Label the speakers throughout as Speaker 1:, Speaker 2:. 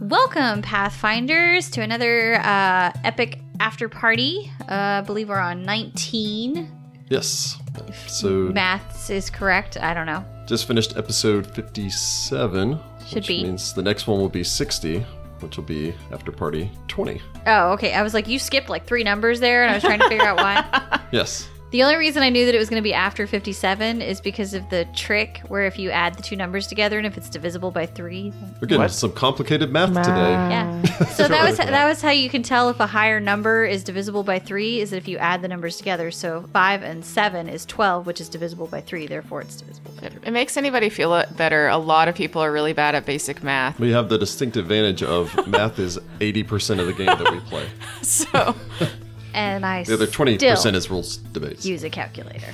Speaker 1: Welcome, Pathfinders, to another uh, epic after party. Uh, I believe we're on 19.
Speaker 2: Yes. So
Speaker 1: Maths is correct. I don't know.
Speaker 2: just finished episode 57.
Speaker 1: Should
Speaker 2: which
Speaker 1: be.
Speaker 2: means the next one will be 60, which will be after party 20.
Speaker 1: Oh, okay. I was like, you skipped like three numbers there, and I was trying to figure out why.
Speaker 2: Yes.
Speaker 1: The only reason I knew that it was going to be after 57 is because of the trick where if you add the two numbers together and if it's divisible by three. then-
Speaker 2: We're getting
Speaker 3: What?
Speaker 2: some complicated math today.
Speaker 1: Yeah. So that was that was how you can tell if a higher number is divisible by three is that if you add the numbers together. So five and seven is twelve, which is divisible by three. Therefore, it's divisible by three.
Speaker 3: It makes anybody feel a- better. A lot of people are really bad at basic math.
Speaker 2: We have the distinct advantage of math is 80% of the game that we play.
Speaker 3: So,
Speaker 1: And
Speaker 3: Mm-hmm.
Speaker 1: I
Speaker 2: The other 20%
Speaker 1: still
Speaker 2: is rules debates.
Speaker 1: use a calculator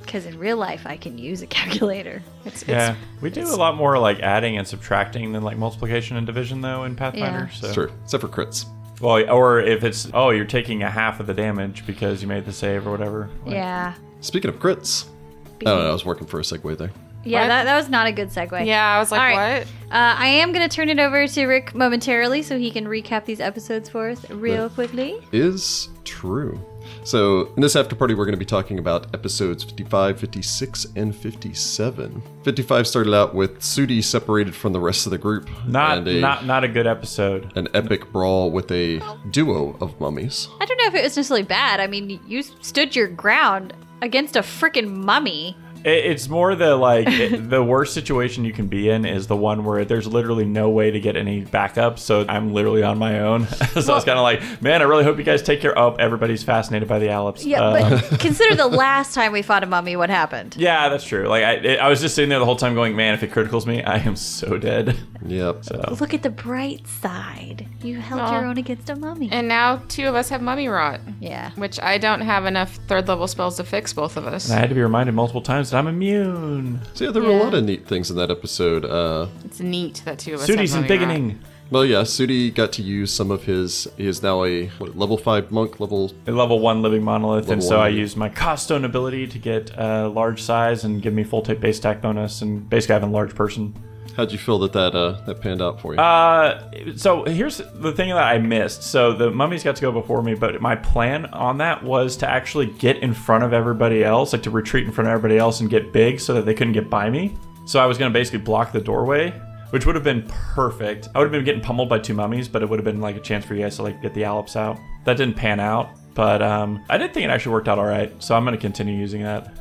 Speaker 1: because in real life I can use a calculator.
Speaker 3: it's,
Speaker 4: Yeah,
Speaker 3: it's,
Speaker 4: we do a lot more like adding and subtracting than like multiplication and division though in Pathfinder.
Speaker 1: Yeah.
Speaker 4: So,
Speaker 2: It's true, except for crits.
Speaker 4: well, or if it's oh you're taking a half of the damage because you made the save or whatever. Like,
Speaker 1: Yeah.
Speaker 2: Speaking of crits, I don't know, I was working for a segue there.
Speaker 1: Yeah,
Speaker 3: What?
Speaker 1: that, that was not a good segue.
Speaker 3: yeah, I was like,
Speaker 1: All right.
Speaker 3: what?
Speaker 1: Uh, I am going to turn it over to Rick momentarily so he can recap these episodes for us real
Speaker 2: Right.
Speaker 1: quickly.
Speaker 2: is true. So, in this after party, we're going to be talking about episodes 55, 56, and 57. 55 started out with Sudi separated from the rest of the group.
Speaker 4: Not
Speaker 2: and a,
Speaker 4: not not a good episode.
Speaker 2: an epic brawl with a duo of mummies.
Speaker 1: I don't know if it was necessarily bad. I mean, you stood your ground against a freaking mummy.
Speaker 4: It, it's more the like it- the worst situation you can be in is the one where there's literally no way to get any backup. So I'm literally on my own. so I was kind of like, man, I really hope you guys take care. Oh, everybody's fascinated by the Alps.
Speaker 1: Yeah,
Speaker 4: Uh,
Speaker 1: but consider the last time we fought a mummy, what happened?
Speaker 4: yeah, that's true. Like I, it, I was just sitting there the whole time going, man, if it criticals me, I am so dead.
Speaker 2: Yep.
Speaker 1: Look at the bright side. You held
Speaker 3: Aw.
Speaker 1: your own against a mummy.
Speaker 3: And now two of us have mummy rot,
Speaker 1: yeah.
Speaker 3: which I don't have enough third level spells to fix both of us.
Speaker 4: And I had to be reminded multiple times that I'm immune.
Speaker 2: So, yeah, there were a lot of neat things in that episode. Uh,
Speaker 3: It's neat that two of us
Speaker 4: Sudi's
Speaker 3: have
Speaker 4: in
Speaker 3: mummy rot.
Speaker 4: beginning.
Speaker 2: well, yeah, Sudi got to use some of his. He is now a what, level 5 monk, level.
Speaker 4: A level one living monolith, and
Speaker 2: Level
Speaker 4: so
Speaker 2: one
Speaker 4: I
Speaker 2: living.
Speaker 4: used my cost stone ability to get uh, large size and give me full type base attack bonus, and basically I have a large person.
Speaker 2: How'd you feel that that, uh, that panned out for you?
Speaker 4: Uh, so here's the thing that I missed. So the mummies got to go before me, but my plan on that was to actually get in front of everybody else, like to retreat in front of everybody else and get big so that they couldn't get by me. So I was going to basically block the doorway, which would have been perfect. I would have been getting pummeled by two mummies, but it would have been like a chance for you guys to like get the allops out. That didn't pan out, but um, I did think it actually worked out all right. So I'm going to continue using that.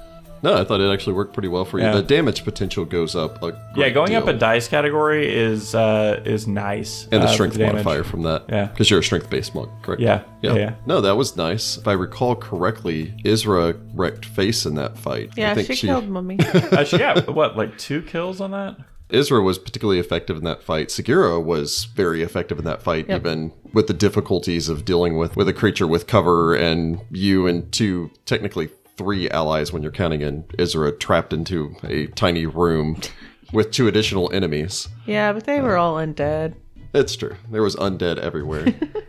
Speaker 2: no, I thought it actually worked pretty well for you.
Speaker 4: Yeah.
Speaker 2: The damage potential goes up. A
Speaker 4: Yeah,
Speaker 2: great
Speaker 4: going up
Speaker 2: deal.
Speaker 4: a dice category is uh, is nice.
Speaker 2: and the
Speaker 4: uh, for
Speaker 2: strength
Speaker 4: damage.
Speaker 2: modifier from that.
Speaker 4: Yeah.
Speaker 2: because you're a strength based monk, correct?
Speaker 4: Yeah.
Speaker 2: yeah,
Speaker 4: Yeah, yeah.
Speaker 2: No, that was nice. If I recall correctly, Isra wrecked face in that fight. I
Speaker 5: Yeah,
Speaker 2: think
Speaker 5: she, killed mummy.
Speaker 4: Uh, she got what, like two kills on that?
Speaker 2: Isra was particularly effective in that fight. Segura was very effective in that fight, even with the difficulties of dealing with with a creature with cover and you and two technically three allies when you're counting in Isra trapped into a tiny room with two additional enemies.
Speaker 5: yeah, but they were all undead.
Speaker 2: It's true. There was undead everywhere.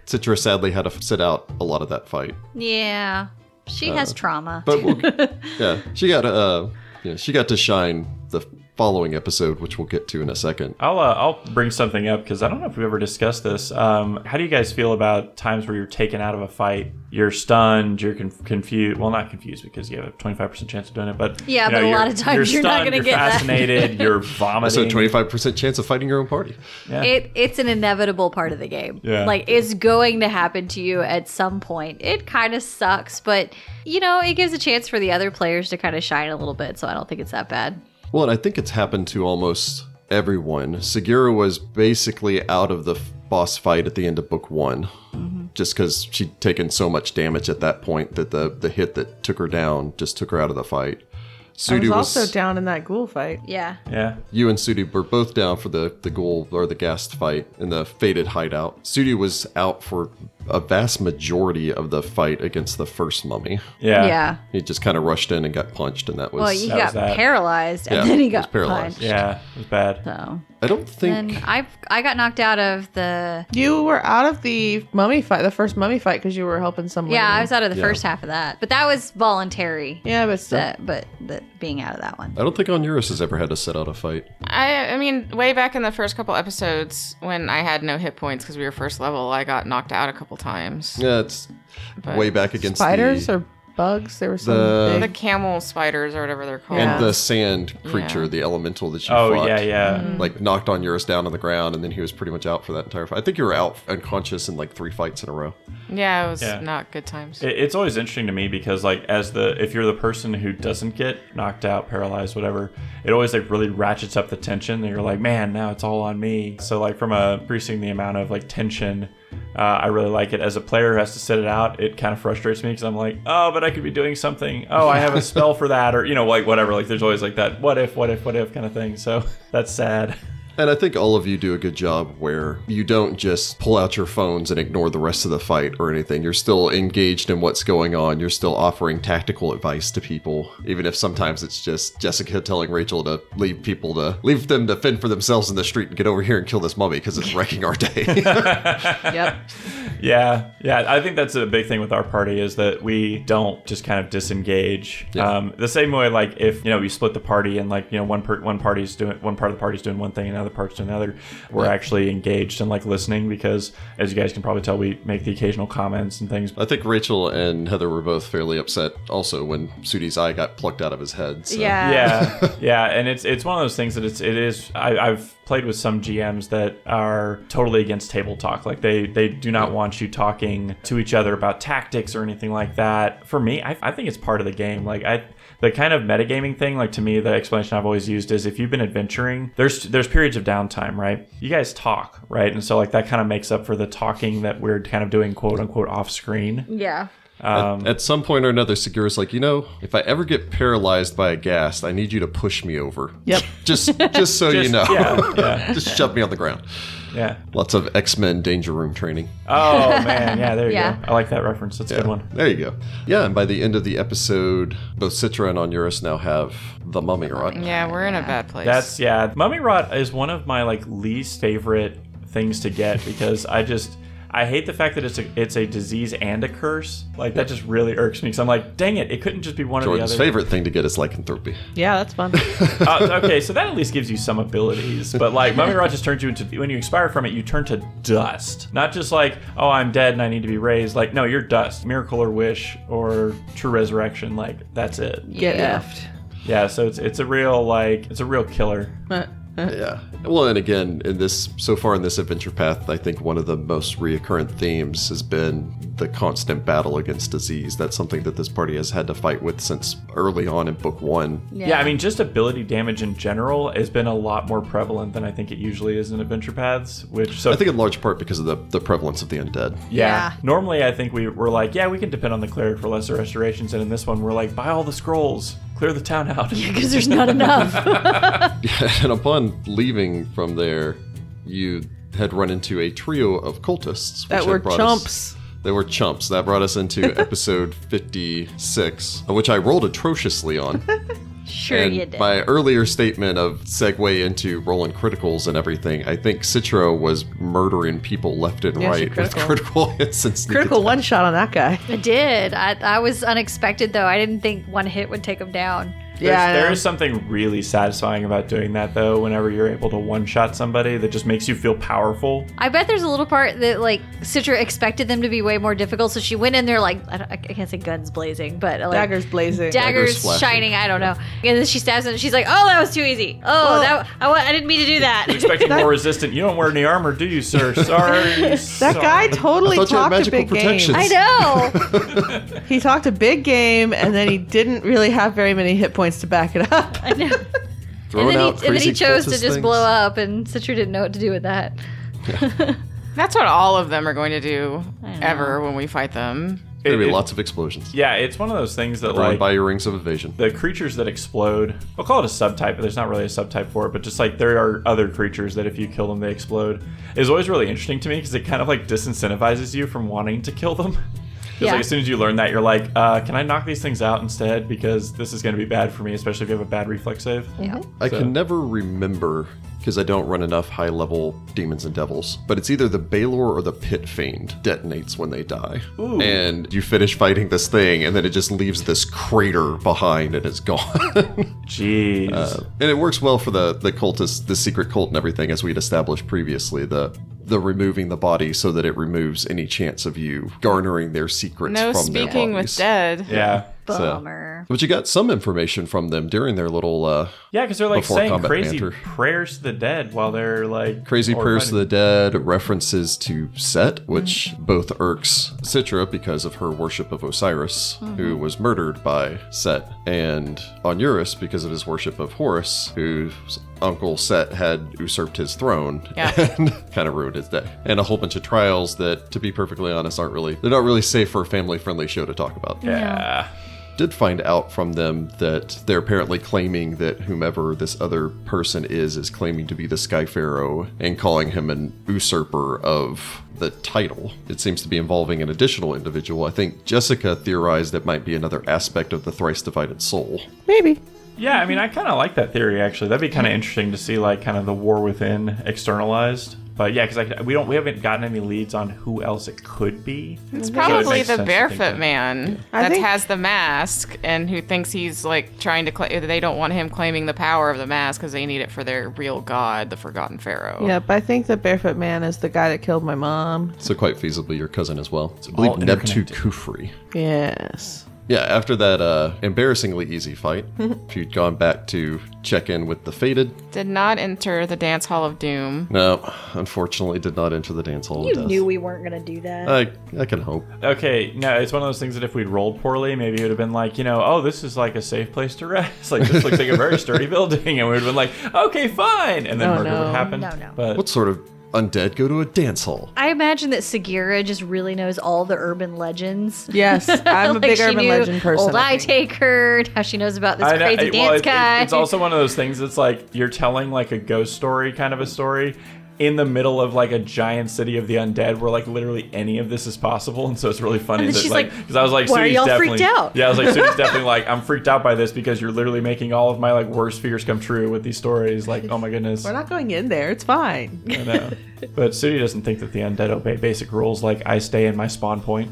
Speaker 2: Citra sadly had to sit out a lot of that fight.
Speaker 1: Yeah. She has trauma.
Speaker 2: Uh, But we'll, yeah, she got uh, yeah, she got to shine the following episode, which we'll get to in a second.
Speaker 4: I'll uh, I'll bring something up because I don't know if we've ever discussed this. Um, how do you guys feel about times where you're taken out of a fight? You're stunned. You're conf- confused. Well, not confused because you have a 25 percent chance of doing it, but
Speaker 1: Yeah,
Speaker 4: you know,
Speaker 1: but a lot
Speaker 4: you're-
Speaker 1: of times you're not
Speaker 4: stunned,
Speaker 1: gonna
Speaker 4: you're
Speaker 1: get that.
Speaker 4: fascinated. You're
Speaker 2: So,
Speaker 4: vomiting.
Speaker 2: twenty five percent chance of fighting your own party.
Speaker 1: It it's an inevitable part of the game.
Speaker 4: Yeah.
Speaker 1: Like it's going to happen to you at some point. It kind of sucks, but you know, it gives a chance for the other players to kind of shine a little bit, so I don't think it's that bad.
Speaker 2: Well, and I think it's happened to almost everyone. Segura was basically out of the f- boss fight at the end of book one, just because she'd taken so much damage at that point that the the hit that took her down just took her out of the fight.
Speaker 5: I
Speaker 2: Sudi
Speaker 5: was also down in that ghoul fight.
Speaker 1: Yeah.
Speaker 4: Yeah.
Speaker 2: you and Sudi were both down for the the goal or the ghast fight in the faded hideout. Sudi was out for a vast majority of the fight against the first mummy.
Speaker 4: Yeah.
Speaker 1: Yeah.
Speaker 2: He just kind of rushed in and got punched, and that was.
Speaker 1: Well, he
Speaker 4: That
Speaker 1: got
Speaker 4: was that.
Speaker 1: paralyzed and
Speaker 2: Yeah,
Speaker 1: then he
Speaker 2: he was
Speaker 1: got paralyzed.
Speaker 2: paralyzed.
Speaker 4: Yeah. It was bad.
Speaker 1: So
Speaker 2: I don't think.
Speaker 1: then I I got knocked out of the
Speaker 5: You were out of the mummy fight, the first mummy fight, because you were helping someone.
Speaker 1: yeah I was out of the first half of that, but that was voluntary.
Speaker 5: Yeah, but still.
Speaker 1: That, but that being out of that one.
Speaker 2: I don't think Onuris has ever had to set out a fight.
Speaker 3: I, I mean, way back in the first couple episodes when I had no hit points because we were first level, I got knocked out a couple times.
Speaker 2: Yeah, it's way back against
Speaker 5: Spiders
Speaker 2: the,
Speaker 5: or bugs? There was some
Speaker 2: the-
Speaker 5: big
Speaker 3: The camel spiders or whatever they're called.
Speaker 2: and
Speaker 5: Yeah.
Speaker 2: the sand creature,
Speaker 3: Yeah.
Speaker 2: the elemental that you
Speaker 4: Oh
Speaker 2: fought.
Speaker 4: yeah, yeah.
Speaker 2: Like knocked Onuris down on the ground, and then he was pretty much out for that entire fight. I think you were out unconscious in like three fights in a row.
Speaker 3: Yeah, it was
Speaker 4: Yeah.
Speaker 3: not good times.
Speaker 4: It, it's always interesting to me because like as the if you're the person who doesn't get knocked out, paralyzed, whatever, it always like really ratchets up the tension. And you're like, man, now it's all on me. So like from uh, increasing the amount of like tension. Uh, I really like it. As a player who has to sit it out, it kind of frustrates me because I'm like, oh, but I could be doing something. Oh, I have a spell for that, or you know, like whatever. Like there's always like that what if, what if, what if kind of thing. So that's sad.
Speaker 2: And I think all of you do a good job where you don't just pull out your phones and ignore the rest of the fight or anything. You're still engaged in what's going on. You're still offering tactical advice to people, even if sometimes it's just Jessica telling Rachel to leave people to leave them to fend for themselves in the street and get over here and kill this mummy because it's wrecking our day.
Speaker 1: Yep.
Speaker 4: Yeah, yeah. I think that's a big thing with our party is that we don't just kind of disengage. Um, the same way, like if you know you split the party and like you know one per- one party's doing one part of the party's doing one thing, another part's doing another. We're actually engaged and like listening because, as you guys can probably tell, we make the occasional comments and things.
Speaker 2: I think Rachel and Heather were both fairly upset also when Sudi's eye got plucked out of his head. So.
Speaker 1: Yeah.
Speaker 4: yeah yeah and it's it's one of those things that it's it is I, i've played with some gms that are totally against table talk like they they do not want you talking to each other about tactics or anything like that for me i, I think it's part of the game like i the kind of metagaming thing, like to me, the explanation I've always used is if you've been adventuring, there's there's periods of downtime, right? You guys talk, right? And so like that kind of makes up for the talking that we're kind of doing, quote unquote, off screen.
Speaker 1: Yeah.
Speaker 4: Um,
Speaker 2: At some point or another, Segura's like, you know, if I ever get paralyzed by a ghast, I need you to push me over.
Speaker 5: Yep.
Speaker 2: just, just so you
Speaker 4: Just-
Speaker 2: know.
Speaker 4: yeah, yeah.
Speaker 2: just shove me on the ground.
Speaker 4: Yeah.
Speaker 2: Lots of X Men Danger Room training.
Speaker 4: Oh man, yeah. There you
Speaker 1: Yeah.
Speaker 4: go. I like that reference. That's a good one.
Speaker 2: There you go. Yeah, and by the end of the episode, both Citra and Onuris now have the mummy rod.
Speaker 3: yeah, we're in a bad place.
Speaker 4: That's yeah. Mummy rot is one of my like least favorite things to get because I just I hate the fact that it's a it's a disease and a curse. Like that just really irks me because I'm like, dang it, it couldn't just be one
Speaker 2: Jordan's
Speaker 4: or the other.
Speaker 2: favorite thing to get is lycanthropy.
Speaker 5: Yeah, that's fun.
Speaker 4: Uh, okay, so that at least gives you some abilities, but like mummy rot just turns you into when you expire from it, you turn to dust. Not just like oh I'm dead and I need to be raised. Like no, you're dust. Miracle or wish or true resurrection. Like that's it.
Speaker 5: Get
Speaker 1: Yeah.
Speaker 5: effed.
Speaker 4: Yeah. So it's it's a real like it's a real killer.
Speaker 2: Yeah. Well, and again, in this so far in this adventure path, I think one of the most recurrent themes has been the constant battle against disease. That's something that this party has had to fight with since early on in book one.
Speaker 4: Yeah. I mean, just ability damage in general has been a lot more prevalent than I think it usually is in adventure paths. Which so
Speaker 2: I think in large part because of the, the prevalence of the undead.
Speaker 1: Yeah.
Speaker 4: Normally, I think we were like, yeah, we can depend on the cleric for lesser restorations, and in this one, we're like, buy all the scrolls, clear the town out.
Speaker 1: Because there's not enough.
Speaker 2: and upon leaving from there, you had run into a trio of cultists which
Speaker 5: That
Speaker 2: had
Speaker 5: were
Speaker 2: brought us-
Speaker 5: chumps.
Speaker 2: They were chumps. That brought us into episode 56, which I rolled atrociously on.
Speaker 1: Sure
Speaker 2: and
Speaker 1: you did.
Speaker 2: my earlier statement of segue into rolling criticals and everything, I think Citro was murdering people left and
Speaker 5: Yeah, she
Speaker 2: right with
Speaker 5: critical.
Speaker 2: critical hits and sneak
Speaker 5: Critical one shot on that guy.
Speaker 1: I did. I, I was unexpected though. I didn't think one hit would take him down.
Speaker 5: Yeah, I
Speaker 4: There's-
Speaker 5: know.
Speaker 4: there is something really satisfying about doing that, though. Whenever you're able to one shot somebody, that just makes you feel powerful.
Speaker 1: I bet there's a little part that like Citra expected them to be way more difficult, so she went in there like I, don't, I can't say guns blazing, but like,
Speaker 5: daggers blazing.
Speaker 1: daggers,
Speaker 2: Daggers flashing.
Speaker 1: shining. I don't know. And then she stabs him. And she's like, "Oh, that was too easy. Oh,
Speaker 5: Well-
Speaker 1: that I, wa- I didn't mean to do that."
Speaker 4: Expecting more resistant. You don't wear any armor, do you, sir? Sorry.
Speaker 5: that guy totally
Speaker 2: I thought you had
Speaker 5: talked
Speaker 2: magical
Speaker 5: a big
Speaker 2: protections.
Speaker 5: game.
Speaker 1: I know.
Speaker 5: He talked a big game, and then he didn't really have very many hit points to back it up.
Speaker 1: I know.
Speaker 2: throwing
Speaker 1: and, then he,
Speaker 2: out
Speaker 1: and then
Speaker 2: crazy
Speaker 1: he chose to
Speaker 2: cultist
Speaker 1: just
Speaker 2: things.
Speaker 1: blow up, and Citra didn't know what to do with that.
Speaker 3: That's what all of them are going to do ever when we fight them.
Speaker 2: There'd be
Speaker 4: It- it-
Speaker 2: lots of explosions.
Speaker 4: Yeah, it's one of those things that
Speaker 2: Thrown
Speaker 4: like
Speaker 2: by your rings of evasion.
Speaker 4: the creatures that explode i'll call it a subtype but there's not really a subtype for it but just like there are other creatures that if you kill them they explode is always really interesting to me because it kind of like disincentivizes you from wanting to kill them 'Cause,
Speaker 1: Yeah.
Speaker 4: like, as soon as you learn that you're like uh, can i knock these things out instead because this is going to be bad for me especially if you have a bad reflex save
Speaker 1: Yeah.
Speaker 2: I
Speaker 4: So-
Speaker 2: can never remember because I don't run enough high level demons and devils. But it's either the Balor or the Pit Fiend detonates when they die. And you finish fighting this thing, and then it just leaves this crater behind and it's gone.
Speaker 4: Jeez.
Speaker 2: and it works well for the the cultist, the secret cult, and everything, as we'd established previously. The the removing the body so that it removes any chance of you garnering their secrets
Speaker 3: No
Speaker 2: from their
Speaker 3: speaking with
Speaker 2: bodies.
Speaker 3: dead.
Speaker 4: yeah.
Speaker 1: Bummer.
Speaker 2: But you got some information from them during their little uh,
Speaker 4: Yeah, because they're like
Speaker 2: Before
Speaker 4: saying
Speaker 2: combat
Speaker 4: crazy
Speaker 2: banter.
Speaker 4: prayers to the dead while they're like
Speaker 2: crazy
Speaker 4: or
Speaker 2: prayers to
Speaker 4: fighting.
Speaker 2: the dead, references to Set, which both irks Citra because of her worship of Osiris, who was murdered by Set, and Onuris because of his worship of Horus, whose uncle Set had usurped his throne
Speaker 3: Yeah.
Speaker 2: and kind of ruined his day. And a whole bunch of trials that, to be perfectly honest, aren't really they're not really safe for a family friendly show to talk about
Speaker 4: Yeah.
Speaker 2: did find out from them that they're apparently claiming that whomever this other person is is claiming to be the Sky Pharaoh and calling him an usurper of the title. It seems to be involving an additional individual. I think Jessica theorized it might be another aspect of the thrice divided soul.
Speaker 5: Maybe.
Speaker 4: Yeah, I mean, I kind of like that theory actually. That'd be kind of interesting to see, like, kind of the war within externalized. But yeah, because we don't, we haven't gotten any leads on who else it could be.
Speaker 3: It's
Speaker 4: it
Speaker 3: probably
Speaker 4: makes sense
Speaker 3: the
Speaker 4: to think
Speaker 3: barefoot
Speaker 4: that-
Speaker 3: man
Speaker 5: I
Speaker 3: that
Speaker 5: think-
Speaker 3: has the mask and who thinks he's like trying to claim. They don't want him claiming the power of the mask because they need it for their real god, the Forgotten
Speaker 2: Oh.
Speaker 3: Pharaoh.
Speaker 5: Yep, I think the barefoot man is the guy that killed my mom.
Speaker 2: So, quite feasibly, your cousin as well. I
Speaker 4: all
Speaker 2: believe Neptune
Speaker 4: interconnected.
Speaker 2: Kufri.
Speaker 5: Yes.
Speaker 2: Yeah, after that uh, embarrassingly easy fight, if you'd gone back to check in with the Fated,
Speaker 3: Did not enter the Dance Hall of Doom.
Speaker 2: no, unfortunately did not enter the dance hall. of
Speaker 6: You
Speaker 2: death.
Speaker 6: knew we weren't gonna do that.
Speaker 2: I, I can hope.
Speaker 4: Okay, no, it's one of those things that if we'd rolled poorly, maybe it would have been like, you know, oh, this is like a safe place to rest. Like, this looks like a very sturdy building. And we would have been like, okay, fine. And then
Speaker 5: Oh,
Speaker 4: murder
Speaker 5: no.
Speaker 4: would happen.
Speaker 1: No, no.
Speaker 4: But
Speaker 2: What sort of undead go to a dance hall?
Speaker 1: I imagine that Sagira just really knows all the urban legends.
Speaker 5: Yes, I'm a
Speaker 1: Like,
Speaker 5: big
Speaker 1: she
Speaker 5: urban
Speaker 1: knew
Speaker 5: legend person.
Speaker 1: Old
Speaker 5: I
Speaker 1: Eye
Speaker 5: think.
Speaker 1: Taker, and how she knows about this
Speaker 4: I know-
Speaker 1: crazy
Speaker 4: it-
Speaker 1: dance
Speaker 4: well, it- it-
Speaker 1: guy.
Speaker 4: it's also one of those things that's like you're telling like a ghost story kind of a story in the middle of like a giant city of the undead where like literally any of this is possible and so it's really funny
Speaker 1: And then
Speaker 4: that
Speaker 1: she's
Speaker 4: like
Speaker 1: like,
Speaker 4: because I was like
Speaker 1: "Why are
Speaker 4: Sudi's
Speaker 1: y'all
Speaker 4: definitely
Speaker 1: freaked out?"
Speaker 4: yeah I was like Sudi's definitely like I'm freaked out by this because you're literally making all of my like worst fears come true with these stories like oh my goodness
Speaker 5: We're not going in there. It's fine.
Speaker 4: I know. but Sudi doesn't think that the undead obey basic rules like I stay in my spawn point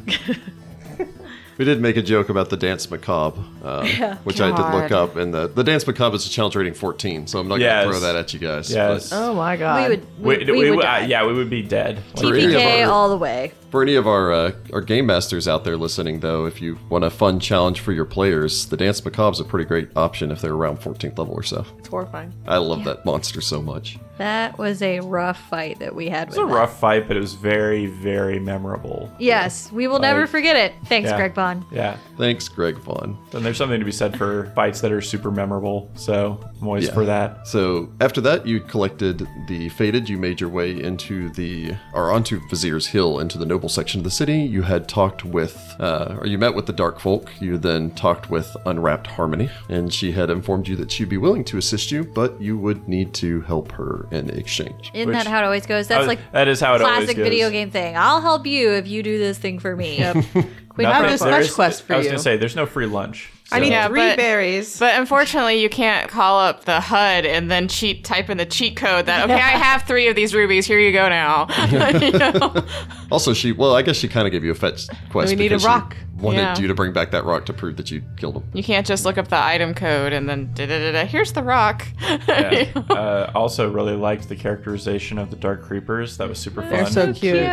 Speaker 2: We did make a joke about the dance macabre, uh, which I did look
Speaker 3: God.
Speaker 2: up, and the, the dance macabre is a challenge rating 14, so I'm not
Speaker 4: Yes.
Speaker 2: going to throw that at you guys.
Speaker 4: Yes.
Speaker 2: but
Speaker 5: Oh my
Speaker 1: we
Speaker 5: god.
Speaker 1: would, we,
Speaker 4: We-
Speaker 1: we
Speaker 4: we-
Speaker 1: would
Speaker 4: uh,
Speaker 1: die.
Speaker 4: yeah we would be dead
Speaker 2: For
Speaker 4: Like,
Speaker 2: any of
Speaker 1: TPK
Speaker 2: our-
Speaker 1: all the way.
Speaker 2: For any of our uh, our game masters out there listening, though, if you want a fun challenge for your players, the dance macabre's a pretty great option if they're around 14th level or so.
Speaker 5: It's horrifying.
Speaker 2: I love that monster so much.
Speaker 1: That was a rough fight that we had.
Speaker 4: it was a rough fight but it was very very memorable
Speaker 1: Yes, we will never
Speaker 4: Like-
Speaker 1: forget it. Thanks,
Speaker 4: Yeah.
Speaker 1: Greg Bond.
Speaker 4: yeah
Speaker 2: Thanks, Greg Vaughn.
Speaker 4: Then there's something to be said for fights that are super memorable. So I'm always
Speaker 2: Yeah.
Speaker 4: for that.
Speaker 2: So after that, you collected the Faded. You made your way into the, or onto Vizier's Hill, into the noble section of the city. You had talked with, uh, or you met with the Dark Folk. You then talked with Unwrapped Harmony, and she had informed you that she'd be willing to assist you, but you would need to help her in exchange.
Speaker 1: Isn't
Speaker 4: Which-
Speaker 1: that how it always goes? That's
Speaker 4: Uh,
Speaker 1: like
Speaker 4: that is how it always
Speaker 1: classic
Speaker 4: goes.
Speaker 1: video game thing. I'll help you if you do this thing for me. Queen
Speaker 4: Nothing-
Speaker 5: have a
Speaker 1: Harley's
Speaker 5: dispatch
Speaker 4: there is-
Speaker 5: quest for
Speaker 4: I was
Speaker 5: you.
Speaker 4: gonna say there's no free lunch.
Speaker 5: I need
Speaker 3: Yeah,
Speaker 5: three
Speaker 3: but-
Speaker 5: berries.
Speaker 3: But unfortunately, you can't call up the HUD and then cheat type in the cheat code that okay, I have three of these rubies. Here you go now. You know?
Speaker 2: Also, she, well, I guess she kind of gave you a fetch quest.
Speaker 5: We need a
Speaker 2: because she
Speaker 5: rock.
Speaker 2: Wanted
Speaker 3: Yeah.
Speaker 2: you to bring back that rock to prove that you killed him.
Speaker 3: You can't just look up the item code and then da da da da. Here's the rock.
Speaker 4: Yeah. uh, also, really liked the characterization of the dark creepers. That was super fun.
Speaker 5: They're so cute.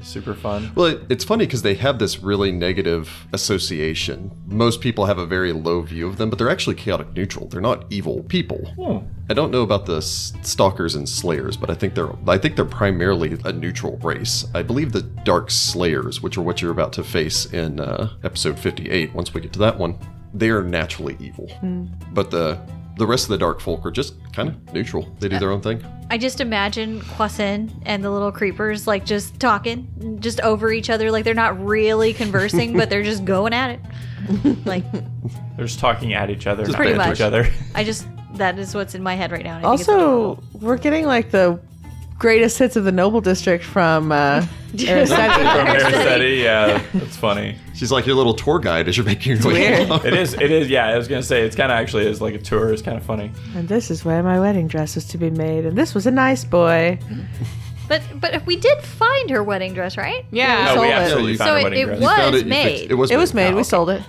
Speaker 4: super fun.
Speaker 2: Well, it, it's funny because they have this really negative association. Most people have a very low view of them, but they're actually chaotic neutral. They're not evil people.
Speaker 4: Hmm.
Speaker 2: I don't know about the s- stalkers and slayers, but I think they're I think they're primarily a neutral race. I believe the dark slayers, which are what you're about to face in uh, episode 58, once we get to that one, they are naturally evil.
Speaker 5: Hmm.
Speaker 2: But the the rest of the dark folk are just kind of neutral. They
Speaker 5: Uh,
Speaker 2: do their own thing.
Speaker 1: I just imagine Kwasin and the little creepers like just talking, just over each other. Like they're not really conversing, but they're just going at it. Like
Speaker 4: They're just talking at each other, not
Speaker 2: Pretty
Speaker 4: with
Speaker 1: much.
Speaker 4: each other.
Speaker 1: I just that is what's in my head right now. and I think it's adorable.
Speaker 5: also, we're getting like the greatest hits of the Noble District from uh,
Speaker 4: From
Speaker 5: Aristotle.
Speaker 4: Aristetti, yeah, that's funny.
Speaker 2: She's like your little tour guide as you're making your way.
Speaker 5: weird.
Speaker 2: along.
Speaker 4: It is, it is, yeah, I was going to say, it's kind of actually is like a tour. It's kind of funny.
Speaker 5: and this is where my wedding dress was to be made, and this was a nice boy.
Speaker 1: But but we did find her wedding dress, right?
Speaker 3: Yeah.
Speaker 4: No,
Speaker 5: sold
Speaker 4: we
Speaker 5: it.
Speaker 4: absolutely
Speaker 2: So
Speaker 4: found her
Speaker 1: it-
Speaker 4: wedding
Speaker 1: it
Speaker 4: dress.
Speaker 1: was-
Speaker 2: Found it, you
Speaker 1: made.
Speaker 2: fixed- It was
Speaker 5: It was made.
Speaker 2: Oh,
Speaker 5: We
Speaker 2: okay.
Speaker 5: sold it.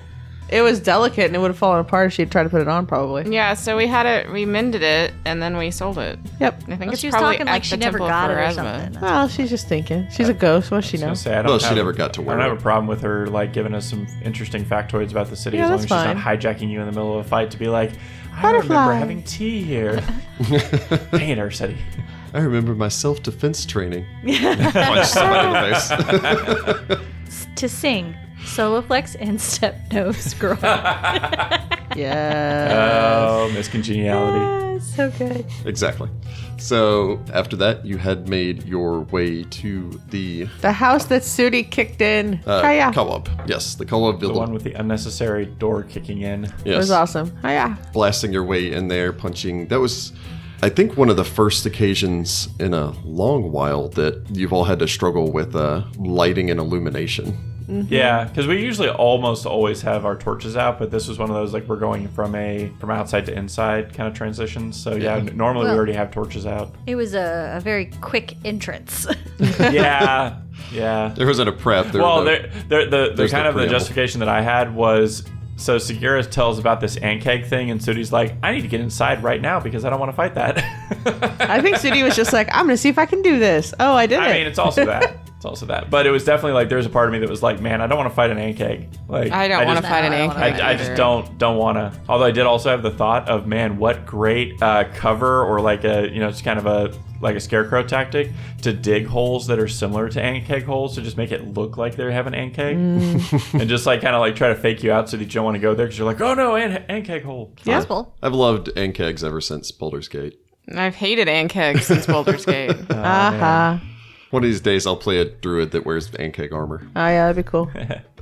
Speaker 5: It was delicate, and it would have fallen apart if she'd tried to put it on, probably.
Speaker 3: Yeah, so we had it, we mended it, and then we sold it.
Speaker 5: Yep.
Speaker 3: I think
Speaker 1: Well,
Speaker 3: it's
Speaker 1: she was
Speaker 3: probably
Speaker 1: talking
Speaker 3: at
Speaker 1: like she
Speaker 3: the
Speaker 1: never
Speaker 3: Temple of
Speaker 1: got it or
Speaker 3: Pharasma.
Speaker 1: something.
Speaker 5: Well, she's just thinking. She's a ghost. What does she
Speaker 4: Uh, I
Speaker 5: know?
Speaker 4: was gonna say, I don't
Speaker 2: Well, she
Speaker 4: have-
Speaker 2: never got to wear
Speaker 4: I don't
Speaker 2: it.
Speaker 4: have a problem with her like giving us some interesting factoids about the city
Speaker 5: Yeah,
Speaker 4: as long as
Speaker 5: that's
Speaker 4: she's not hijacking you in the middle of a fight to be like, I remember
Speaker 5: Butterfly.
Speaker 4: having tea here. Dang it, Arsetti.
Speaker 2: I remember my self defense training. Punch somebody in the face.
Speaker 1: To sing Soloflex and Step Nose Girl.
Speaker 5: Yeah.
Speaker 4: Oh, Miss Congeniality.
Speaker 5: so good.
Speaker 2: exactly. So after that, you had made your way to the
Speaker 5: The house that Sudi kicked in.
Speaker 2: uh,
Speaker 5: Hiya.
Speaker 2: co-op. Yes, the co-op
Speaker 4: The one
Speaker 2: building.
Speaker 4: with the unnecessary door kicking in.
Speaker 2: Yes.
Speaker 5: It was awesome. Hiya.
Speaker 2: blasting your way in there, punching. That was, I think, one of the first occasions in a long while that you've all had to struggle with uh, lighting and illumination.
Speaker 5: Mm-hmm.
Speaker 4: Yeah, because we usually almost always have our torches out, but this was one of those like we're going from a from outside to inside kind of transition. So
Speaker 2: Yeah.
Speaker 4: yeah, n- normally we
Speaker 1: Well-
Speaker 4: already have torches out.
Speaker 1: it was a, a very quick entrance.
Speaker 4: yeah, yeah.
Speaker 2: There wasn't a prep. There
Speaker 4: well,
Speaker 2: were
Speaker 4: there, there, the, the
Speaker 2: there's
Speaker 4: kind
Speaker 2: the
Speaker 4: of the
Speaker 2: preamble.
Speaker 4: justification that I had was so Segura tells about this ant keg thing, and Sudi's like, I need to get inside right now because I don't want to fight that.
Speaker 5: I think Sudi was just like, I'm going to see if I can do this. Oh, I did
Speaker 4: I
Speaker 5: it.
Speaker 4: mean, it's also that. It's also that. But it was definitely like there's a part of me that was like, man, I don't want to fight an ant keg. Like
Speaker 3: I don't want to
Speaker 4: just-
Speaker 3: fight an
Speaker 1: No, I don't
Speaker 3: ink.
Speaker 1: wanna
Speaker 4: I, I just don't don't want to. Although I did also have the thought of man, what great uh, cover or like a you know it's kind of a like a scarecrow tactic to dig holes that are similar to ant keg holes to just make it look like they have an ant keg
Speaker 5: Mm.
Speaker 4: and just like kind of like try to fake you out so that you don't want to go there because you're like oh no ant, ant keg hole.
Speaker 1: Possible.
Speaker 2: I've loved Ankegs ever since Baldur's Gate.
Speaker 3: I've hated Ankeg since Baldur's Gate.
Speaker 5: uh-huh.
Speaker 2: One of these days, I'll play a druid that wears Ankeg armor.
Speaker 5: Oh, yeah, that'd be cool.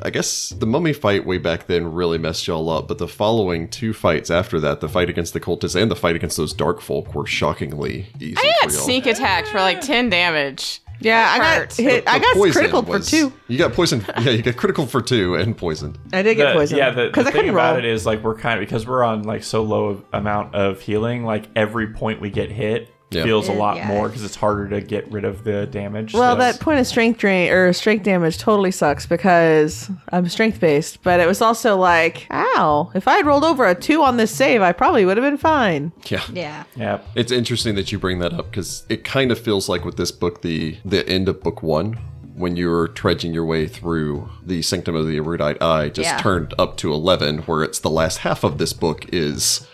Speaker 2: I guess the mummy fight way back then really messed y'all up, but the following two fights after that, the fight against the cultists and the fight against those dark folk, were shockingly easy.
Speaker 3: I
Speaker 2: for
Speaker 3: got
Speaker 2: y'all.
Speaker 3: sneak attacked for like 10 damage.
Speaker 5: Yeah, I
Speaker 3: Hurt.
Speaker 5: got hit. I
Speaker 2: The
Speaker 5: got
Speaker 2: poison
Speaker 5: critical
Speaker 2: was-
Speaker 5: for two.
Speaker 2: You got poisoned. Yeah, you got critical for two and poisoned.
Speaker 5: I did get
Speaker 4: The-
Speaker 5: poisoned.
Speaker 4: Yeah, the, the
Speaker 5: I
Speaker 4: thing
Speaker 5: couldn't
Speaker 4: about
Speaker 5: roll.
Speaker 4: it is like we're kind of because we're on like so low of- amount of healing. Like every point we get hit
Speaker 2: Yeah.
Speaker 4: feels a
Speaker 1: Yeah.
Speaker 4: lot more because it's harder to get rid of the damage.
Speaker 5: Well,
Speaker 4: that's-
Speaker 5: that point of strength drain or strength damage totally sucks because I'm strength based, but it was also like, ow, if I had rolled over a two on this save, I probably would have been fine.
Speaker 2: Yeah.
Speaker 1: Yeah.
Speaker 4: yeah.
Speaker 2: It's interesting that you bring that up because it kind of feels like with this book, the the end of book one, when you were trudging your way through the Sanctum of the Erudite Eye, just
Speaker 1: Yeah.
Speaker 2: turned up to eleven, where it's the last half of this book is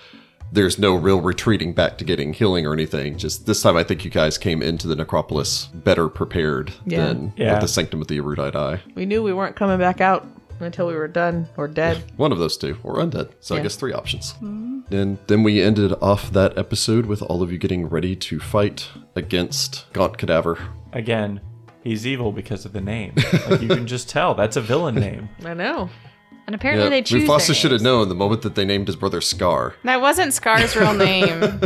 Speaker 2: there's no real retreating back to getting healing or anything. Just this time, I think you guys came into the Necropolis better prepared
Speaker 5: Yeah.
Speaker 2: than
Speaker 4: Yeah.
Speaker 2: with the Sanctum of the Erudite Eye.
Speaker 5: We knew we weren't coming back out until we were done or dead.
Speaker 2: One of those two, or undead. So I guess three options. And then we ended off that episode with all of you getting ready to fight against Gaunt Cadaver.
Speaker 4: again, he's evil because of the name. Like you can just tell that's a villain name.
Speaker 5: I know.
Speaker 1: And apparently they choose. their
Speaker 2: Mufasa should have
Speaker 1: names.
Speaker 2: known the moment that they named his brother Scar.
Speaker 3: That wasn't Scar's real name.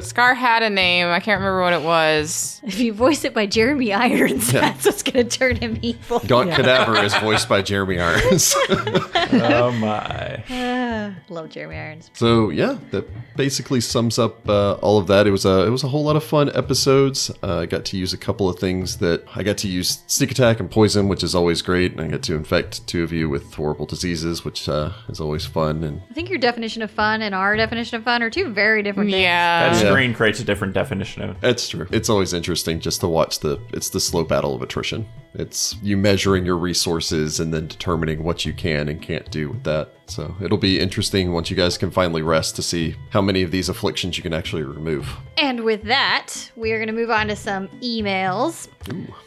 Speaker 3: Scar had a name. I can't remember what it was.
Speaker 1: If you voice it by Jeremy Irons, that's what's going to turn him evil.
Speaker 2: Gaunt Cadaver is voiced by Jeremy Irons.
Speaker 4: Oh my!
Speaker 1: Love Jeremy Irons.
Speaker 2: so yeah, that basically sums up uh, all of that. It was a it was a whole lot of fun episodes. Uh, I got to use a couple of things that I got to use sneak attack and poison, which is always great, and I got to infect two of you with horrible diseases, which uh, is always fun. And
Speaker 1: I think your definition of fun and our definition of fun are two very different things.
Speaker 4: That
Speaker 3: Yeah.
Speaker 2: Yeah.
Speaker 4: screen creates a different definition of.
Speaker 2: That's true. It's always interesting just to watch the it's the slow battle of attrition. It's you measuring your resources and then determining what you can and can't do with that. So it'll be interesting once you guys can finally rest to see how many of these afflictions you can actually remove.
Speaker 1: And with that, we are going to move on to some emails.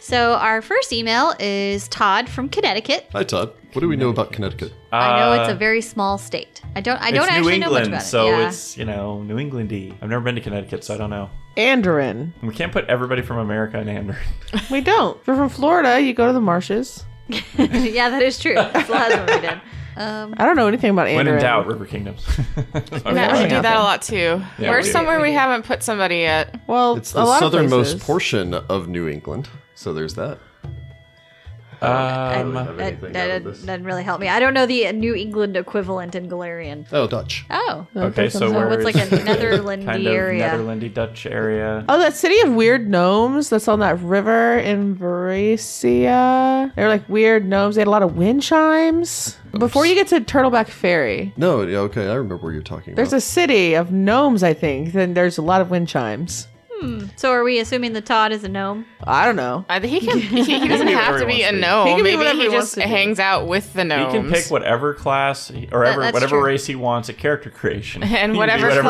Speaker 1: So our first email is Todd from Connecticut.
Speaker 2: Hi Todd. What do we know about Connecticut?
Speaker 1: I know it's a
Speaker 4: Uh,
Speaker 1: very small state. I don't. I don't
Speaker 4: it's
Speaker 1: actually
Speaker 4: New
Speaker 1: know much
Speaker 4: England,
Speaker 1: about it.
Speaker 4: so
Speaker 1: yeah.
Speaker 4: it's you know New Englandy. I've never been to Connecticut, so I don't know.
Speaker 5: Andorin.
Speaker 4: We can't put everybody from America in Andrew.
Speaker 5: We don't. If you're from Florida, you go to the marshes.
Speaker 1: yeah, that is true. That's the last one we did. Um,
Speaker 5: I don't know anything about
Speaker 4: When
Speaker 5: Andor.
Speaker 4: in doubt, River Kingdoms. That's what
Speaker 3: Yeah,
Speaker 4: I'm
Speaker 3: we
Speaker 4: saying.
Speaker 3: do that a lot too.
Speaker 4: Yeah, we
Speaker 3: We're
Speaker 4: do.
Speaker 3: somewhere we haven't put somebody yet.
Speaker 5: Well,
Speaker 2: It's
Speaker 5: a
Speaker 2: the
Speaker 5: lot
Speaker 2: southernmost
Speaker 5: of places.
Speaker 2: portion of New England. So there's that.
Speaker 4: Um,
Speaker 2: Have
Speaker 1: that,
Speaker 2: anything out
Speaker 1: that
Speaker 2: of this?
Speaker 1: doesn't really help me. I don't know the New England equivalent in Galarian.
Speaker 2: Oh, Dutch.
Speaker 1: Oh.
Speaker 4: okay, so
Speaker 1: So
Speaker 4: where
Speaker 1: it's like a
Speaker 4: is the
Speaker 1: Netherlandy
Speaker 4: kind of
Speaker 1: area.
Speaker 4: Netherlandy Dutch area?
Speaker 5: Oh, that city of weird gnomes that's on that river in Varesia. They're like weird gnomes. They had a lot of wind chimes. Before you get to Turtleback Ferry,
Speaker 2: No, yeah, okay, I remember what you're talking
Speaker 5: there's
Speaker 2: about.
Speaker 5: a city of gnomes, I think. Then there's a lot of wind chimes.
Speaker 1: So are we assuming the Todd is a gnome?
Speaker 5: I don't know.
Speaker 3: Uh, he can. He, he doesn't
Speaker 4: be
Speaker 3: have
Speaker 4: whatever
Speaker 3: to
Speaker 4: he
Speaker 3: be a
Speaker 4: wants to be.
Speaker 3: gnome.
Speaker 5: He can be
Speaker 3: Maybe
Speaker 5: whatever he
Speaker 3: he
Speaker 5: wants
Speaker 3: just
Speaker 5: to be.
Speaker 3: hangs out with the
Speaker 4: He
Speaker 3: gnomes.
Speaker 4: can pick whatever class he- or ever,
Speaker 1: that's
Speaker 4: whatever
Speaker 1: true.
Speaker 4: race he wants at character creation. He can
Speaker 3: and
Speaker 4: be
Speaker 3: whatever,
Speaker 4: he wants.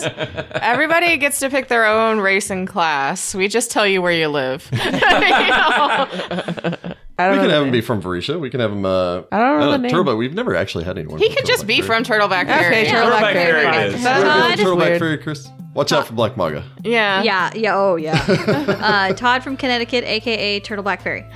Speaker 3: class. Everybody gets to pick their own race and class. We just tell you where you live. You know?
Speaker 5: I don't
Speaker 2: we
Speaker 5: know.
Speaker 2: can
Speaker 5: the
Speaker 2: have him
Speaker 5: name.
Speaker 2: be from Varisha. We can have him. Uh,
Speaker 5: I don't know the name.
Speaker 2: Turbo. We've never actually had anyone.
Speaker 3: He could just be from Turtleback Ferry.
Speaker 5: Okay,
Speaker 3: Yeah.
Speaker 5: Turtleback
Speaker 4: Turtleback
Speaker 5: Ferry.
Speaker 4: Ferry it is.
Speaker 5: That's
Speaker 1: Turtleback
Speaker 5: not-
Speaker 1: Ferry.
Speaker 5: just
Speaker 2: Turtleback
Speaker 5: weird. Uh,
Speaker 2: Fairy Chris. Watch out for Black Maga.
Speaker 3: Yeah.
Speaker 1: Yeah, yeah, oh yeah. uh, Todd from Connecticut, aka Turtleback Fairy.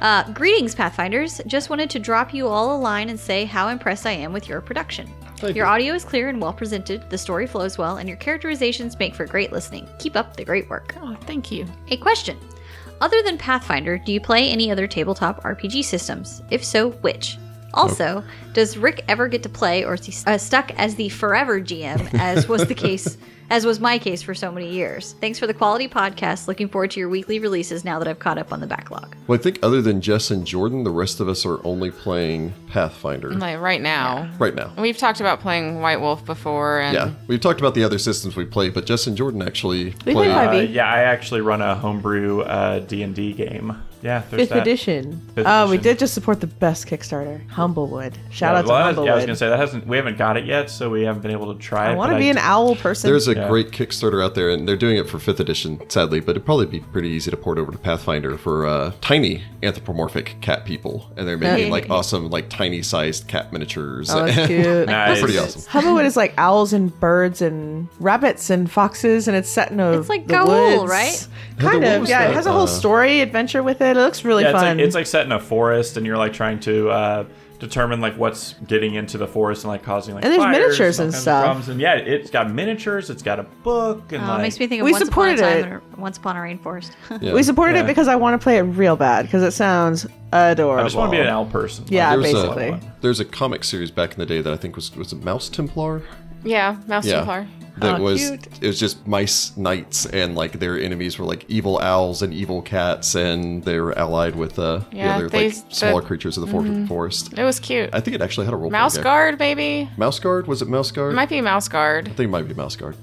Speaker 1: Uh, greetings, Pathfinders. Just wanted to drop you all a line and say how impressed I am with your production.
Speaker 2: Thank
Speaker 1: your
Speaker 2: you.
Speaker 1: audio is clear and well presented, the story flows well, and your characterizations make for great listening. Keep up the great work.
Speaker 3: Oh, thank you.
Speaker 1: A question. Other than Pathfinder, do you play any other tabletop RPG systems? If so, which? Also, does Rick ever get to play, or is he uh, stuck as the forever GM, as was the case, as was my case for so many years? Thanks for the quality podcast. Looking forward to your weekly releases now that I've caught up on the backlog.
Speaker 2: Well, I think other than Jess and Jordan, the rest of us are only playing Pathfinder
Speaker 3: Like right now.
Speaker 2: right now.
Speaker 3: We've talked about playing White Wolf before, and
Speaker 2: Yeah, we've talked about the other systems we play, but Jess and Jordan actually
Speaker 5: We
Speaker 2: play.
Speaker 5: play
Speaker 4: Uh,
Speaker 5: five E.
Speaker 4: yeah, I actually run a homebrew uh, D&D game. Yeah, there's
Speaker 5: Fifth
Speaker 4: that.
Speaker 5: edition.
Speaker 4: Fifth
Speaker 5: oh, we
Speaker 4: edition.
Speaker 5: did just support the best Kickstarter, Humblewood. Shout out to
Speaker 4: Well, that is-
Speaker 5: Humblewood.
Speaker 4: yeah, I was gonna say that hasn't. We haven't got it yet, so we haven't been able to try it.
Speaker 5: I want
Speaker 4: but
Speaker 5: to be an owl person.
Speaker 2: There's a
Speaker 4: Yeah.
Speaker 2: great Kickstarter out there, and they're doing it for fifth edition, sadly, but it'd probably be pretty easy to port over to Pathfinder for uh, tiny anthropomorphic cat people, and they're making like awesome, like tiny sized cat miniatures.
Speaker 5: oh, that's cute.
Speaker 4: Nice.
Speaker 2: Pretty awesome.
Speaker 5: Humblewood is like owls and birds and rabbits and foxes, and it's set in a
Speaker 1: It's like
Speaker 5: the
Speaker 1: Ga'ul,
Speaker 5: woods.
Speaker 1: right?
Speaker 5: Kind
Speaker 2: Heather, what
Speaker 5: of,
Speaker 2: was
Speaker 5: yeah.
Speaker 2: that,
Speaker 5: It has a whole
Speaker 2: uh,
Speaker 5: story adventure with it. It looks really
Speaker 4: Yeah, it's
Speaker 5: fun.
Speaker 4: like, it's like set in a forest, and you're like trying to uh, determine like what's getting into the forest and like causing like
Speaker 5: And there's
Speaker 4: fires
Speaker 5: miniatures
Speaker 4: all
Speaker 5: and
Speaker 4: kinds of
Speaker 5: stuff.
Speaker 4: problems. And yeah, it's got miniatures. It's got a book. And
Speaker 1: Oh,
Speaker 4: like,
Speaker 1: it makes me think of
Speaker 5: We
Speaker 1: Once Upon a
Speaker 5: supported
Speaker 1: Time
Speaker 5: it.
Speaker 1: in a- Once Upon a Rainforest.
Speaker 2: Yeah.
Speaker 5: we supported
Speaker 4: Yeah.
Speaker 5: it because I want to play it real bad because it sounds adorable.
Speaker 4: I just want to be an owl person. Like,
Speaker 5: Yeah,
Speaker 2: There's
Speaker 5: basically.
Speaker 2: a there's a comic series back in the day that I think was was a Mouse Templar.
Speaker 3: yeah, Mouse
Speaker 2: Yeah.
Speaker 3: Templar.
Speaker 2: That
Speaker 5: Oh,
Speaker 2: was
Speaker 5: cute.
Speaker 2: it was just mice knights and like their enemies were like evil owls and evil cats and they were allied with uh,
Speaker 3: Yeah,
Speaker 2: the other
Speaker 3: they-
Speaker 2: like smaller
Speaker 3: the-
Speaker 2: creatures of the for- forest.
Speaker 3: It was cute.
Speaker 2: I think it actually had a role.
Speaker 3: Mouse Guard, maybe.
Speaker 2: Mouse guard was it? Mouse guard.
Speaker 3: It might be Mouse Guard.
Speaker 2: I think it might be mouse guard.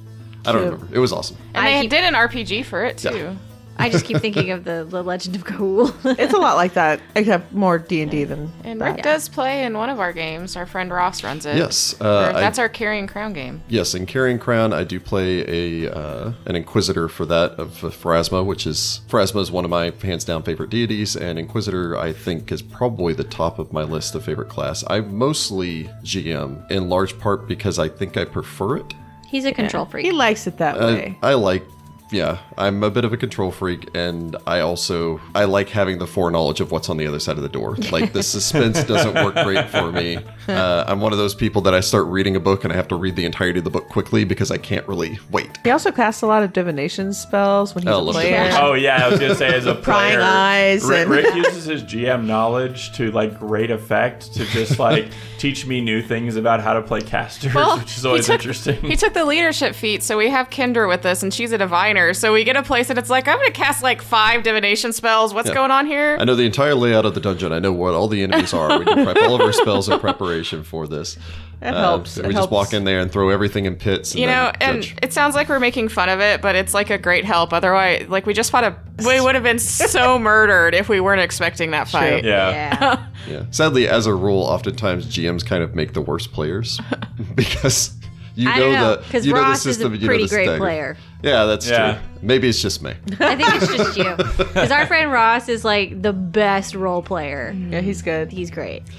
Speaker 2: I don't
Speaker 5: Cute.
Speaker 2: remember. It was awesome.
Speaker 3: And
Speaker 1: I
Speaker 3: they
Speaker 1: keep-
Speaker 3: did an RPG for it too.
Speaker 2: Yeah.
Speaker 1: I just keep thinking of the, the Legend of Ga'ul.
Speaker 5: it's a lot like that, except more D and D than
Speaker 3: And
Speaker 5: that.
Speaker 3: Rick does play in one of our games. Our friend Ross runs it.
Speaker 2: Yes,
Speaker 3: Or
Speaker 2: uh, I-
Speaker 3: that's our carrying crown game.
Speaker 2: Yes, in Carrying Crown, I do play a uh, an Inquisitor for that of uh, Phrasma, which is Phrasma is one of my hands down favorite deities, and Inquisitor I think is probably the top of my list of favorite class. I mostly GM in large part because I think I prefer it.
Speaker 1: He's a control freak.
Speaker 5: He likes it that
Speaker 2: I,
Speaker 5: way.
Speaker 2: I like, yeah, I'm a bit of a control freak, and I also I like having the foreknowledge of what's on the other side of the door. Like the suspense doesn't work great for me. Uh, I'm one of those people that I start reading a book and I have to read the entirety of the book quickly because I can't really wait.
Speaker 5: He also casts a lot of divination spells when he's
Speaker 2: I
Speaker 5: a
Speaker 2: love
Speaker 5: player.
Speaker 2: divination.
Speaker 4: Oh yeah, I was gonna say as a
Speaker 5: Prying
Speaker 4: player,
Speaker 5: eyes
Speaker 4: Rick,
Speaker 5: and-
Speaker 4: Rick uses his GM knowledge to like great effect to just like teach me new things about how to play casters, which is always
Speaker 3: he took,
Speaker 4: interesting.
Speaker 3: He took the leadership feat, so we have Kinder with us, and she's a diviner. So we get a place that it's like, I'm going to cast like five divination spells. What's
Speaker 2: Yeah.
Speaker 3: going on here?
Speaker 2: I know the entire layout of the dungeon. I know what all the enemies are. We can prep all of our spells in preparation for this. Uh,
Speaker 5: It helps.
Speaker 2: we
Speaker 5: It
Speaker 2: just
Speaker 5: helps.
Speaker 2: walk in there and throw everything in pits. And
Speaker 3: you know,
Speaker 2: then
Speaker 3: and
Speaker 2: judge.
Speaker 3: it sounds like we're making fun of it, but it's like a great help. Otherwise, like we just fought a, we would have been so murdered if we weren't expecting that fight.
Speaker 4: yeah.
Speaker 1: yeah.
Speaker 2: Yeah. Sadly, as a rule, oftentimes GMs kind of make the worst players because you
Speaker 1: I
Speaker 2: know,
Speaker 1: don't know,
Speaker 2: the
Speaker 1: 'cause
Speaker 2: you know the
Speaker 1: Ross is a
Speaker 2: system. and you know
Speaker 1: pretty
Speaker 2: the
Speaker 1: great
Speaker 2: stagger.
Speaker 1: player.
Speaker 2: Yeah, that's
Speaker 4: Yeah.
Speaker 2: true. Maybe it's just me.
Speaker 1: I think it's just you. Because our friend Ross is like the best role player.
Speaker 5: Yeah, he's good.
Speaker 1: He's great. Mm.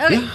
Speaker 1: Okay.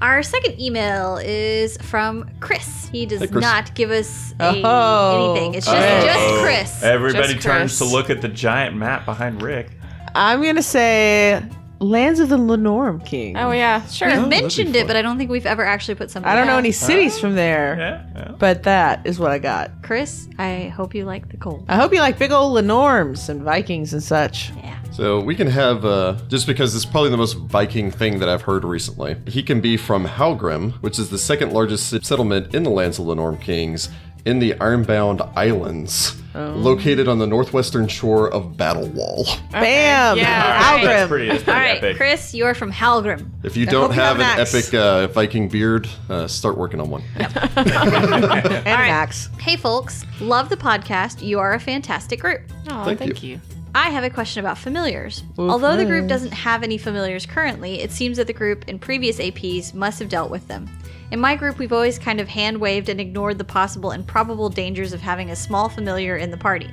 Speaker 1: Our second email is from Chris. He does
Speaker 2: Chris.
Speaker 1: not give us a,
Speaker 5: Oh.
Speaker 1: anything. It's just,
Speaker 4: Oh.
Speaker 1: just Chris.
Speaker 4: Everybody
Speaker 3: Just Chris.
Speaker 4: turns to look at the giant map behind Rick.
Speaker 5: I'm gonna say Lands of the Lenorm King.
Speaker 3: Oh yeah, sure.
Speaker 1: We've
Speaker 4: that'd be
Speaker 1: mentioned it,
Speaker 4: fun.
Speaker 1: but I don't think we've ever actually put something.
Speaker 5: I don't know
Speaker 1: down.
Speaker 5: any cities from there,
Speaker 4: Yeah, yeah.
Speaker 5: but that is what I got.
Speaker 1: Chris, I hope you like the
Speaker 4: Oh,
Speaker 1: gold.
Speaker 5: I hope you like big old Lenorms and Vikings and such.
Speaker 1: Yeah.
Speaker 2: So we can have, uh, just because it's probably the most Viking thing that I've heard recently. He can be from Halgrim, which is the second largest se- settlement in the lands of the Norm Kings, in the Ironbound Islands,
Speaker 1: Oh.
Speaker 2: located on the northwestern shore of Battle Wall.
Speaker 5: Bam!
Speaker 3: yeah,
Speaker 5: Halgrim.
Speaker 4: That's pretty, that's pretty
Speaker 1: All right,
Speaker 4: epic.
Speaker 1: Chris, you're from Halgrim.
Speaker 2: If you don't
Speaker 5: hope you
Speaker 2: have an
Speaker 5: have an axe.
Speaker 2: epic uh, Viking beard, uh, start working on one.
Speaker 5: And an axe.
Speaker 1: Hey, folks, love the podcast. You are a fantastic group.
Speaker 3: Aw,
Speaker 2: Thank
Speaker 3: thank,
Speaker 2: you.
Speaker 3: you.
Speaker 1: I have a question about familiars. Although the group doesn't have any familiars currently, it seems that the group in previous APs must have dealt with them. In my group, we've always kind of hand waved and ignored the possible and probable dangers of having a small familiar in the party.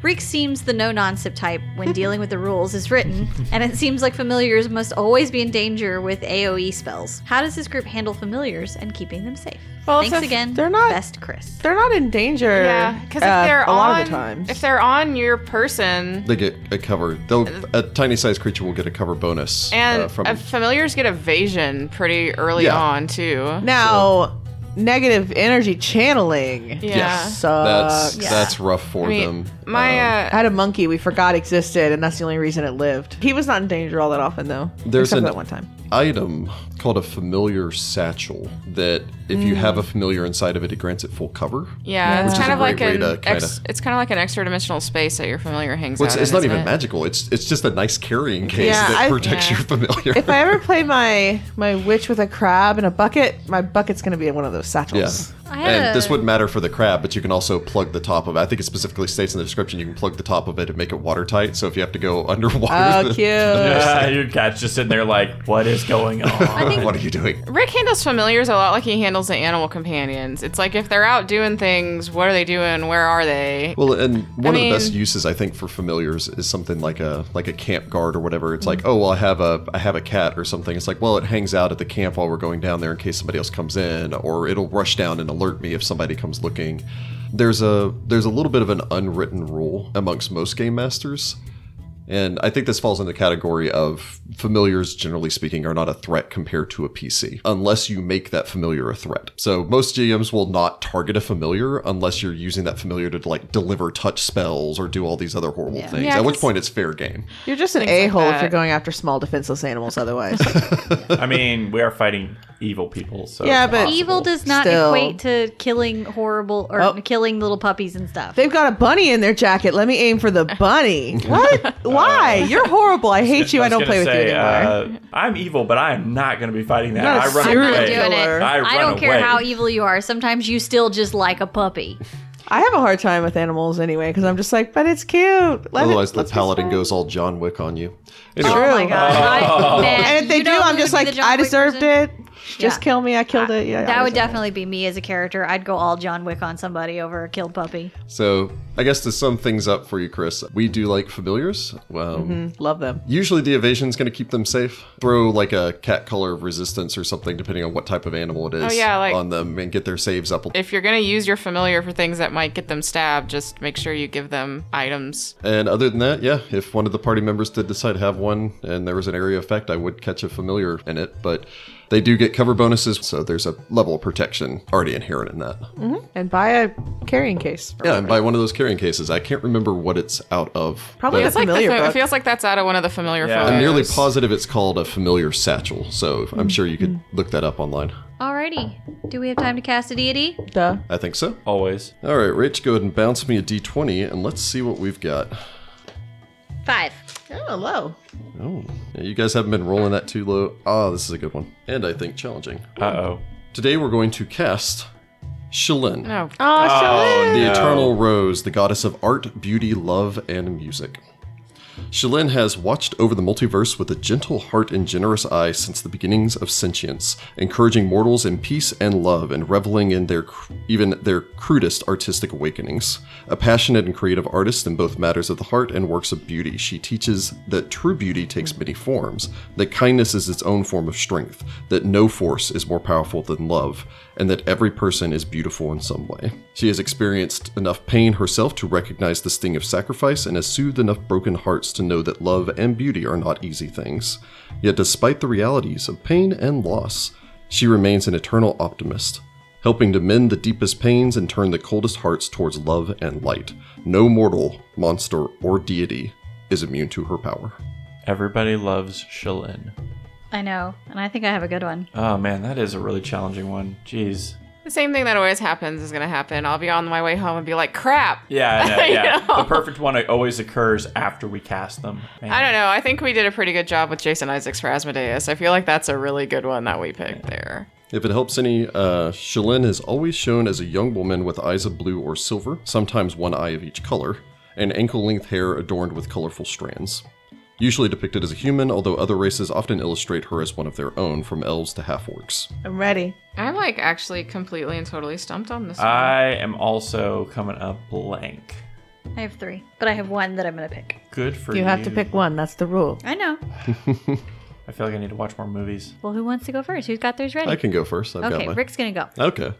Speaker 1: Reek seems the no nonsip type when dealing with the rules is written, and it seems like familiars must always be in danger with AoE spells. How does this group handle familiars and keeping them safe?
Speaker 3: Well, it's
Speaker 1: Thanks
Speaker 3: a-
Speaker 1: again.
Speaker 5: they're not-
Speaker 1: best, Chris.
Speaker 5: They're not in danger.
Speaker 3: Yeah, because
Speaker 5: uh,
Speaker 3: if they're
Speaker 5: a
Speaker 3: on,
Speaker 5: lot of the times.
Speaker 3: if they're on your person,
Speaker 2: They get a cover. They'll, a tiny sized creature will get a cover bonus
Speaker 3: and
Speaker 2: uh, from
Speaker 3: uh, familiars get evasion pretty early
Speaker 2: Yeah.
Speaker 3: on too.
Speaker 5: now, negative energy channeling.
Speaker 3: Yeah.
Speaker 2: Yes, that's
Speaker 5: Sucks.
Speaker 2: that's rough for
Speaker 3: I mean,
Speaker 2: them. Um,
Speaker 3: my
Speaker 5: I
Speaker 3: uh,
Speaker 5: had a monkey we forgot existed, and that's the only reason it lived. He was not in danger all that often, though.
Speaker 2: There's
Speaker 5: except
Speaker 2: an-
Speaker 5: for that one time.
Speaker 2: item called a familiar satchel that if
Speaker 3: Mm.
Speaker 2: you have a familiar inside of it, it grants it full cover.
Speaker 3: yeah,
Speaker 2: Which
Speaker 3: it's
Speaker 2: is
Speaker 3: kind
Speaker 2: a
Speaker 3: of like
Speaker 2: great
Speaker 3: an
Speaker 2: way to kinda-
Speaker 3: ex, it's kind of like an extra dimensional space that your familiar hangs
Speaker 2: Well, it's,
Speaker 3: out.
Speaker 2: it's
Speaker 3: in,
Speaker 2: not
Speaker 3: isn't
Speaker 2: even
Speaker 3: it?
Speaker 2: magical. It's it's just a nice carrying case
Speaker 5: Yeah,
Speaker 2: that
Speaker 5: I-
Speaker 2: protects
Speaker 3: yeah.
Speaker 2: your familiar.
Speaker 5: If I ever play my my witch with a crab and a bucket, my bucket's gonna be in one of those
Speaker 2: yeah.
Speaker 5: satchels.
Speaker 1: I had
Speaker 2: And this
Speaker 1: a-
Speaker 2: wouldn't matter for the crab, but you can also plug the top of it. I think it specifically states in the description you can plug the top of it and make it watertight. So if you have to go underwater,
Speaker 5: Oh,
Speaker 2: the-
Speaker 5: cute.
Speaker 4: Yeah, your cat's Uh, just sitting there like, what is going on?
Speaker 2: what are you doing?
Speaker 3: Rick handles familiars a lot like he handles the animal companions. It's like if they're out doing things, what are they doing? Where are they?
Speaker 2: Well, and one of the best
Speaker 3: mean-
Speaker 2: uses I think for familiars is something like a like a camp guard or whatever. It's like, oh well, I have a I have a cat or something. It's like, well, it hangs out at the camp while we're going down there in case somebody else comes in, or it'll rush down and alert me if somebody comes looking. There's a there's a little bit of an unwritten rule amongst most game masters, and I think this falls in the category of familiars. Generally speaking, are not a threat compared to a PC unless you make that familiar a threat. So most GMs will not target a familiar unless you're using that familiar to like deliver touch spells or do all these other horrible things.
Speaker 3: Yeah,
Speaker 2: At which
Speaker 3: 'cause-
Speaker 2: point, it's fair game.
Speaker 5: You're just an
Speaker 3: like
Speaker 5: a hole if
Speaker 3: that.
Speaker 5: you're going after small defenseless animals. Otherwise,
Speaker 4: I mean, we are fighting evil people, so
Speaker 5: Yeah,
Speaker 4: it's
Speaker 5: but-
Speaker 4: possible.
Speaker 1: Evil does not
Speaker 5: Still.
Speaker 1: equate to killing horrible or
Speaker 5: Oh.
Speaker 1: killing little puppies and stuff.
Speaker 5: they've got a bunny in their jacket. Let me aim for the bunny. What? Why? You're horrible. I hate you.
Speaker 4: Uh,
Speaker 5: I
Speaker 4: was
Speaker 5: don't
Speaker 4: gonna
Speaker 5: play with
Speaker 4: say,
Speaker 5: you anymore.
Speaker 4: Uh, I'm evil, but I am not going to be fighting that.
Speaker 5: Not a
Speaker 4: I run
Speaker 5: serial
Speaker 1: I'm not
Speaker 4: away.
Speaker 1: doing it.
Speaker 4: I
Speaker 1: I,
Speaker 4: run
Speaker 1: don't care
Speaker 4: away.
Speaker 1: how evil you are. Sometimes you still just like a puppy.
Speaker 5: I have a hard time with animals anyway because I'm just like, but it's cute. Let it-
Speaker 2: Otherwise, the
Speaker 5: let's be
Speaker 2: paladin
Speaker 5: friends."
Speaker 2: goes all John Wick on you. Anyway,
Speaker 5: Sure.
Speaker 1: Oh my god! I, man,
Speaker 5: And if they
Speaker 1: you
Speaker 5: do,
Speaker 1: know
Speaker 5: I'm
Speaker 1: who
Speaker 5: just
Speaker 1: would be
Speaker 5: like,
Speaker 1: the John
Speaker 5: I
Speaker 1: Wick
Speaker 5: deserved
Speaker 1: person?
Speaker 5: it. Just
Speaker 1: Yeah. Uh,
Speaker 5: kill me. I killed it. Yeah,
Speaker 1: That
Speaker 5: I
Speaker 1: would
Speaker 5: deserve it.
Speaker 1: definitely be me as a character. I'd go all John Wick on somebody over a killed puppy.
Speaker 2: So I guess to sum things up for you, Chris, we do like familiars. Um,
Speaker 3: Mm-hmm.
Speaker 5: Love them.
Speaker 2: Usually the evasion's going to keep them safe. Throw like a cat color of resistance or something, depending on what type of animal it is,
Speaker 3: Oh, yeah, like-
Speaker 2: on them and get their saves up.
Speaker 3: If you're gonna use your familiar for things that might get them stabbed, just make sure you give them items.
Speaker 2: And other than that, yeah, if one of the party members did decide to have one and there was an area effect, I would catch a familiar in it, but they do get cover bonuses, so there's a level of protection already inherent in that.
Speaker 3: Mm.
Speaker 5: And buy a carrying case.
Speaker 2: Yeah, and by one of those carrying cases, I can't remember what it's out of.
Speaker 5: Probably
Speaker 2: but
Speaker 5: the
Speaker 3: It's like the
Speaker 5: familiar
Speaker 3: fa- it
Speaker 5: book.
Speaker 3: feels like that's out of one of the familiar
Speaker 4: Yeah.
Speaker 3: photos.
Speaker 2: I'm nearly positive it's called a familiar satchel, so I'm sure you could
Speaker 3: Mm-hmm.
Speaker 2: look that up online.
Speaker 1: Alrighty, do we have time to cast a deity?
Speaker 5: Duh.
Speaker 2: I think so.
Speaker 4: Always.
Speaker 2: All right, Rach, go ahead and bounce me a d20, and let's see what we've got.
Speaker 1: Five.
Speaker 5: Oh, low.
Speaker 2: Oh, yeah, you guys haven't been rolling that too low. Ah, this is a good one, and I think challenging.
Speaker 4: Uh oh.
Speaker 2: Today we're going to cast Shalin,
Speaker 3: No.
Speaker 4: Oh,
Speaker 2: the
Speaker 4: no.
Speaker 2: Eternal Rose, the goddess of art, beauty, love, and music. Shalin has watched over the multiverse with a gentle heart and generous eye since the beginnings of sentience, encouraging mortals in peace and love and reveling in their cr- even their crudest artistic awakenings. A passionate and creative artist in both matters of the heart and works of beauty, she teaches that true beauty takes many forms, that kindness is its own form of strength, that no force is more powerful than love, and that every person is beautiful in some way. She has experienced enough pain herself to recognize the sting of sacrifice and has soothed enough broken hearts to know that love and beauty are not easy things. Yet, despite the realities of pain and loss, she remains an eternal optimist, helping to mend the deepest pains and turn the coldest hearts towards love and light. No mortal, monster, or deity is immune to her power.
Speaker 4: Everybody loves Shalin.
Speaker 1: I know, and I think I have a good one.
Speaker 4: Oh man, that is a really challenging one. Jeez.
Speaker 3: The same thing that always happens is gonna happen. I'll be on my way home and be like, crap.
Speaker 4: Yeah, I know,
Speaker 3: I
Speaker 4: yeah.
Speaker 3: know.
Speaker 4: The perfect one always occurs after we cast them. Man.
Speaker 3: I don't know. I think we did a pretty good job with Jason Isaacs for Asmodeus. I feel like that's a really good one that we picked there.
Speaker 2: If it helps any, uh, Shalin is always shown as a young woman with eyes of blue or silver, sometimes one eye of each color, and ankle length hair adorned with colorful strands. Usually depicted as a human, although other races often illustrate her as one of their own, from elves to half orcs.
Speaker 5: I'm ready.
Speaker 3: I'm like actually completely and totally stumped on
Speaker 4: Uh,
Speaker 3: this. one.
Speaker 4: I am also coming up blank.
Speaker 1: I have three, but I have one that I'm gonna pick.
Speaker 4: Good for you.
Speaker 5: You have to pick one. That's the rule.
Speaker 1: I know.
Speaker 4: I feel like I need to watch more movies.
Speaker 1: Well, who wants to go first? Who's got theirs ready?
Speaker 2: I can go first. I've got
Speaker 1: okay,
Speaker 2: my.
Speaker 1: Rick's gonna go.
Speaker 2: Okay.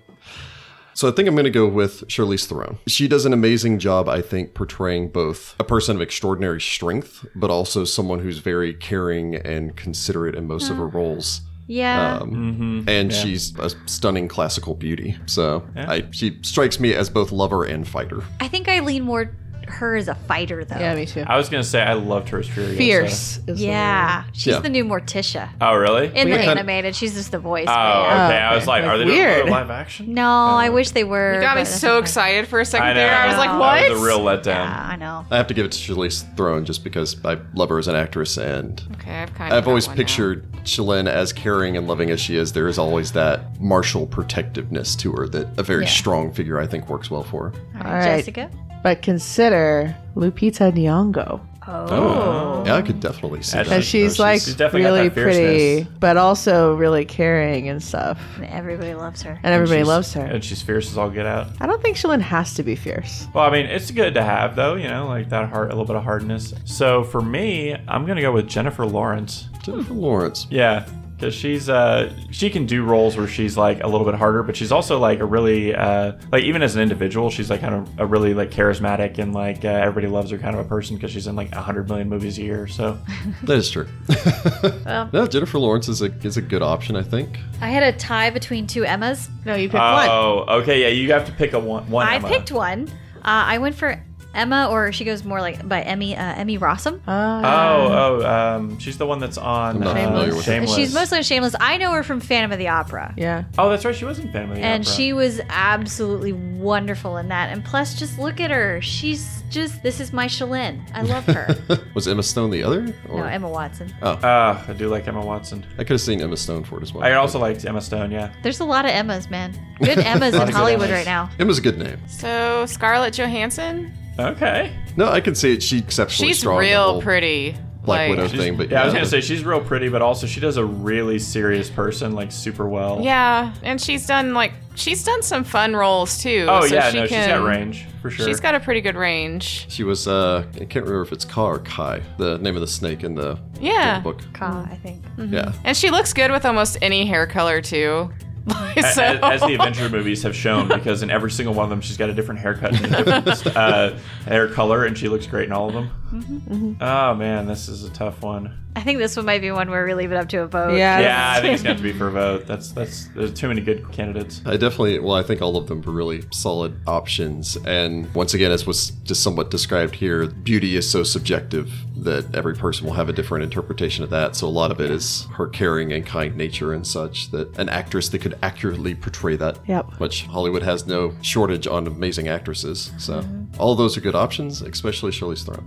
Speaker 2: So I think I'm going to go with Charlize Theron. She does an amazing job, I think, portraying both a person of extraordinary strength, but also someone who's very caring and considerate in most of her roles.
Speaker 1: Yeah.
Speaker 2: and she's a stunning classical beauty. So I, she strikes me as both lover and fighter.
Speaker 1: I think I lean more her as a fighter though.
Speaker 5: Yeah, me too.
Speaker 4: I was gonna say I loved her as Furiosa.
Speaker 5: Fierce. Is the
Speaker 1: Yeah. She's
Speaker 2: Yeah.
Speaker 1: the new Morticia.
Speaker 4: Oh really?
Speaker 1: In the
Speaker 5: Weird.
Speaker 1: animated, she's just the voice.
Speaker 4: oh,
Speaker 1: but
Speaker 4: okay.
Speaker 1: yeah.
Speaker 4: I was like,
Speaker 5: Like,
Speaker 4: are they doing
Speaker 5: weird.
Speaker 4: another live action?
Speaker 1: No, I wish they were.
Speaker 3: You got me
Speaker 1: but that's
Speaker 3: so
Speaker 1: okay.
Speaker 3: excited for a second
Speaker 4: I know.
Speaker 3: there. I was like, what?
Speaker 4: That was a real letdown.
Speaker 1: Yeah, I know.
Speaker 2: I have to give it to Charlize Theron just because I love her as an actress, and
Speaker 3: okay, I've kind of.
Speaker 2: I've
Speaker 3: got
Speaker 2: always
Speaker 3: one
Speaker 2: pictured Shalin as caring and loving as she is. There is always that martial protectiveness to her that a very strong figure I think works well for. her.
Speaker 1: All right,
Speaker 5: All right.
Speaker 1: Jessica.
Speaker 5: But consider Lupita Nyong'o
Speaker 1: Oh.
Speaker 2: Yeah, I could definitely see
Speaker 4: That's-
Speaker 2: that.
Speaker 5: because she's,
Speaker 4: she's-
Speaker 5: like
Speaker 4: she's definitely got
Speaker 5: really
Speaker 4: that fierceness.
Speaker 5: pretty, but also really caring and stuff,
Speaker 1: Everybody loves her.
Speaker 5: and everybody
Speaker 4: She's-
Speaker 5: loves her.
Speaker 4: And she's fierce as all get out.
Speaker 5: I don't think Shilin has to be fierce.
Speaker 4: Well, I mean, it's good to have though, you know, like that heart, a little bit of hardness. So for me, I'm gonna go with Jennifer Lawrence.
Speaker 2: Jennifer Lawrence.
Speaker 4: Yeah, because she's uh she can do roles where she's like a little bit harder, but she's also like a really uh like even as an individual, she's like kind of a really like charismatic and like uh, everybody loves her kind of a person because she's in like a hundred million movies a year. So
Speaker 2: That is true. no, Jennifer Lawrence is a is a good option, I think.
Speaker 1: I had a tie between two Emmas.
Speaker 5: No, you picked
Speaker 4: oh, okay, yeah, you have to pick a one. one
Speaker 1: I
Speaker 4: Emma.
Speaker 1: picked one. Uh, I went for Emma, or she goes more like by Emmy uh, Emmy Rossum.
Speaker 5: one. Uh,
Speaker 4: Oh, oh, um, she's the one that's on
Speaker 2: I'm not
Speaker 4: uh,
Speaker 2: familiar
Speaker 4: Shameless.
Speaker 2: with
Speaker 1: She's mostly on Shameless. I know her from Phantom of the Opera.
Speaker 5: yeah.
Speaker 4: Oh, that's right. She was in Family.
Speaker 1: And she was absolutely wonderful in that. And plus, just look at her. She's just, this is my Shalin. I love her.
Speaker 2: Was Emma Stone the other?
Speaker 1: no,
Speaker 2: Or
Speaker 1: Emma Watson.
Speaker 4: Uh, I do like Emma Watson.
Speaker 2: I could have seen Emma Stone for it as well.
Speaker 4: I also liked Emma Stone. Yeah.
Speaker 1: There's a lot of Emmas, man. Good Emmas in
Speaker 4: good
Speaker 1: Hollywood
Speaker 4: Emmas.
Speaker 1: right now.
Speaker 2: Emma's a good name.
Speaker 3: Now. So Scarlett Johansson,
Speaker 4: Okay.
Speaker 2: No, I can see it. She's exceptionally
Speaker 3: she's
Speaker 2: strong. in the
Speaker 3: real
Speaker 2: whole
Speaker 3: pretty.
Speaker 2: Black
Speaker 3: like,
Speaker 2: Widow
Speaker 4: She's-
Speaker 2: thing, but
Speaker 4: yeah, I was
Speaker 2: yeah.
Speaker 4: gonna say she's real pretty, but also she does a really serious person like super well.
Speaker 3: Yeah, and she's done like she's done some fun roles too.
Speaker 4: Oh
Speaker 3: so
Speaker 4: yeah,
Speaker 3: she
Speaker 4: no,
Speaker 3: can,
Speaker 4: she's got range for sure.
Speaker 3: She's got a pretty good range.
Speaker 2: She was. uh I can't remember if it's Ka or Kai, the name of the snake in the
Speaker 3: Yeah, Mm-hmm.
Speaker 2: book.
Speaker 1: Ka, I think.
Speaker 2: Yeah,
Speaker 3: and she looks good with almost any hair color too.
Speaker 4: A-
Speaker 3: so,
Speaker 4: as, as the adventure movies have shown, because in every single one of them, she's got a different haircut, and a different uh, hair color, and she looks great in all of them.
Speaker 3: Mm-hmm.
Speaker 2: Mm-hmm.
Speaker 4: Oh man, this is a tough one.
Speaker 1: I think this one might be one where we leave it up to a vote.
Speaker 5: Yeah.
Speaker 4: Oh, Yeah, I think it's gonna have to be for a vote. That's that's there's too many good candidates.
Speaker 2: I definitely. Well, I think all of them were really solid options. And once again, as was just somewhat described here, beauty is so subjective that every person will have a different interpretation of that. So a lot of it is her caring and kind nature and such that an actress that could accurately portray that.
Speaker 5: Yep.
Speaker 2: Which Hollywood has no shortage on amazing actresses. So
Speaker 3: Mm-hmm.
Speaker 2: all those are good options, especially Shirley's Theron.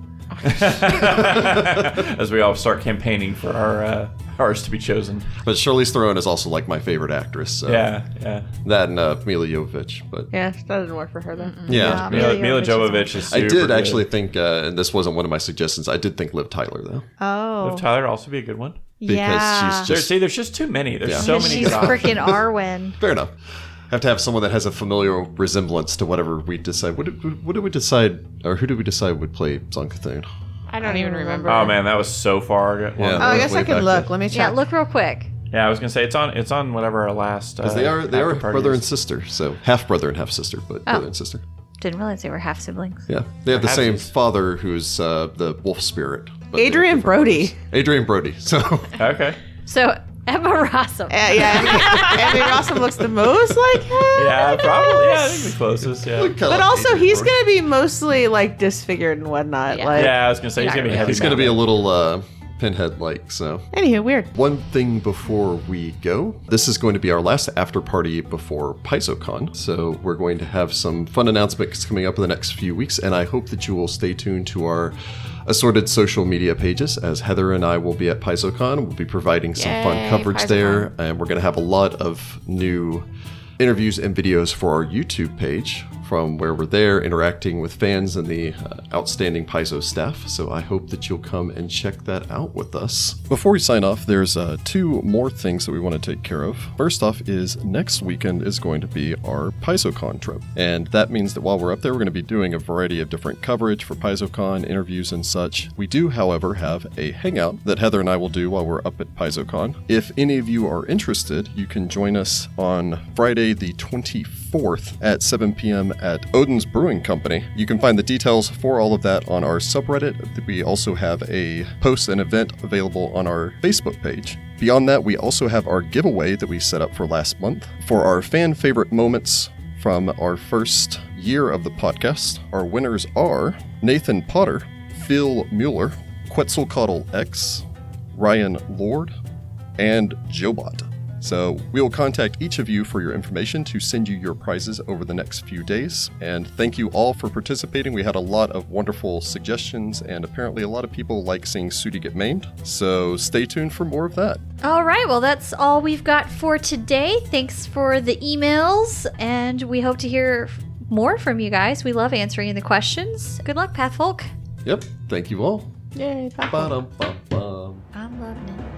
Speaker 4: As we all start campaigning for our uh, ours to be chosen.
Speaker 2: But Charlize Theron is also like my favorite actress. So
Speaker 4: Yeah, yeah.
Speaker 2: That and uh, Mila Jovovich. But yeah,
Speaker 5: Yeah, that doesn't work for her though.
Speaker 1: Yeah.
Speaker 4: Mila,
Speaker 1: Mila
Speaker 4: Mila
Speaker 1: Jovovich
Speaker 4: Jovovich is.
Speaker 2: I
Speaker 4: super
Speaker 2: did
Speaker 4: good.
Speaker 2: actually think, uh, and this wasn't one of my suggestions. I did think Liv Tyler though,
Speaker 1: Oh.
Speaker 4: Liv Tyler would also be a good one.
Speaker 2: because
Speaker 1: yeah.
Speaker 2: she's
Speaker 4: There's,
Speaker 2: just
Speaker 4: see, there's just too many. There's
Speaker 2: Yeah.
Speaker 4: so many
Speaker 1: she's
Speaker 4: good options.
Speaker 1: freaking Arwen.
Speaker 2: fair enough. Have to have someone that has a familiar resemblance to whatever we decide. What did, what did we decide, or who did we decide would play Zonkathune?
Speaker 3: I don't even remember.
Speaker 4: Oh man, that was so far. ago.
Speaker 2: Yeah.
Speaker 5: Oh, I
Speaker 2: Look
Speaker 5: guess
Speaker 2: way
Speaker 5: I
Speaker 2: back
Speaker 5: can look.
Speaker 2: then.
Speaker 5: Let me check.
Speaker 1: Yeah, look real quick.
Speaker 4: Yeah, I was gonna say it's on it's on whatever our last. Uh,
Speaker 2: Because they are they are
Speaker 4: after party
Speaker 2: brother
Speaker 4: is.
Speaker 2: and sister, so half brother and half sister, but brother
Speaker 5: Oh.
Speaker 2: and sister.
Speaker 1: Didn't realize they were half siblings.
Speaker 2: Yeah, they have the same
Speaker 4: Perhaps.
Speaker 2: father who's uh, the wolf spirit. but they're
Speaker 5: Adrian
Speaker 2: different
Speaker 5: Brody.
Speaker 2: brothers. Adrian Brody. So
Speaker 4: Okay.
Speaker 1: So Emma Rossum.
Speaker 5: Uh, yeah, Emmy, Emmy Rossum looks the most like him.
Speaker 4: Yeah, probably. Yeah, I think the closest. Yeah.
Speaker 2: kinda
Speaker 5: But
Speaker 2: like
Speaker 5: also,
Speaker 2: Adrian
Speaker 5: he's
Speaker 2: Brody.
Speaker 5: gonna be mostly like disfigured and whatnot.
Speaker 1: Yeah.
Speaker 5: Like,
Speaker 4: Yeah, I was gonna say he's gonna be heavy.
Speaker 2: he's going to be a little uh, pinhead like. So
Speaker 5: anywho, weird.
Speaker 2: One thing before we go, this is going to be our last after party before PaizoCon. So we're going to have some fun announcements coming up in the next few weeks, and I hope that you will stay tuned to our assorted social media pages as Heather and I will be at PaizoCon. We'll be providing some fun
Speaker 3: Yay,
Speaker 2: coverage
Speaker 3: PaizoCon.
Speaker 2: there, and we're going to have a lot of new interviews and videos for our YouTube page from where we're there interacting with fans and the uh, outstanding Paizo staff. So I hope that you'll come and check that out with us. Before we sign off, there's uh, two more things that we want to take care of. First off is next weekend is going to be our PaizoCon trip. And that means that while we're up there, we're going to be doing a variety of different coverage for PaizoCon, interviews and such. We do, however, have a hangout that Heather and I will do while we're up at PaizoCon. If any of you are interested, you can join us on Friday, the 24th at 7 p.m. at Odin's Brewing Company. You can find the details for all of that on our subreddit. We also have a post and event available on our Facebook page. Beyond that, we also have our giveaway that we set up for last month for our fan favorite moments from our first year of the podcast. Our winners are Nathan Potter, Phil Mueller, Quetzalcoatl X, Ryan Lord, and Jobot. So we will contact each of you for your information to send you your prizes over the next few days. And thank you all for participating. We had a lot of wonderful suggestions, and apparently a lot of people like seeing Sudi get maimed. So stay tuned for more of that.
Speaker 1: All right, well, that's all we've got for today. Thanks for the emails, and we hope to hear f- more from you guys. We love answering the questions. Good luck, Pathfolk.
Speaker 2: Yep. Thank you all.
Speaker 5: Yay,
Speaker 2: Ba-dum-bum-bum.
Speaker 1: I'm loving it.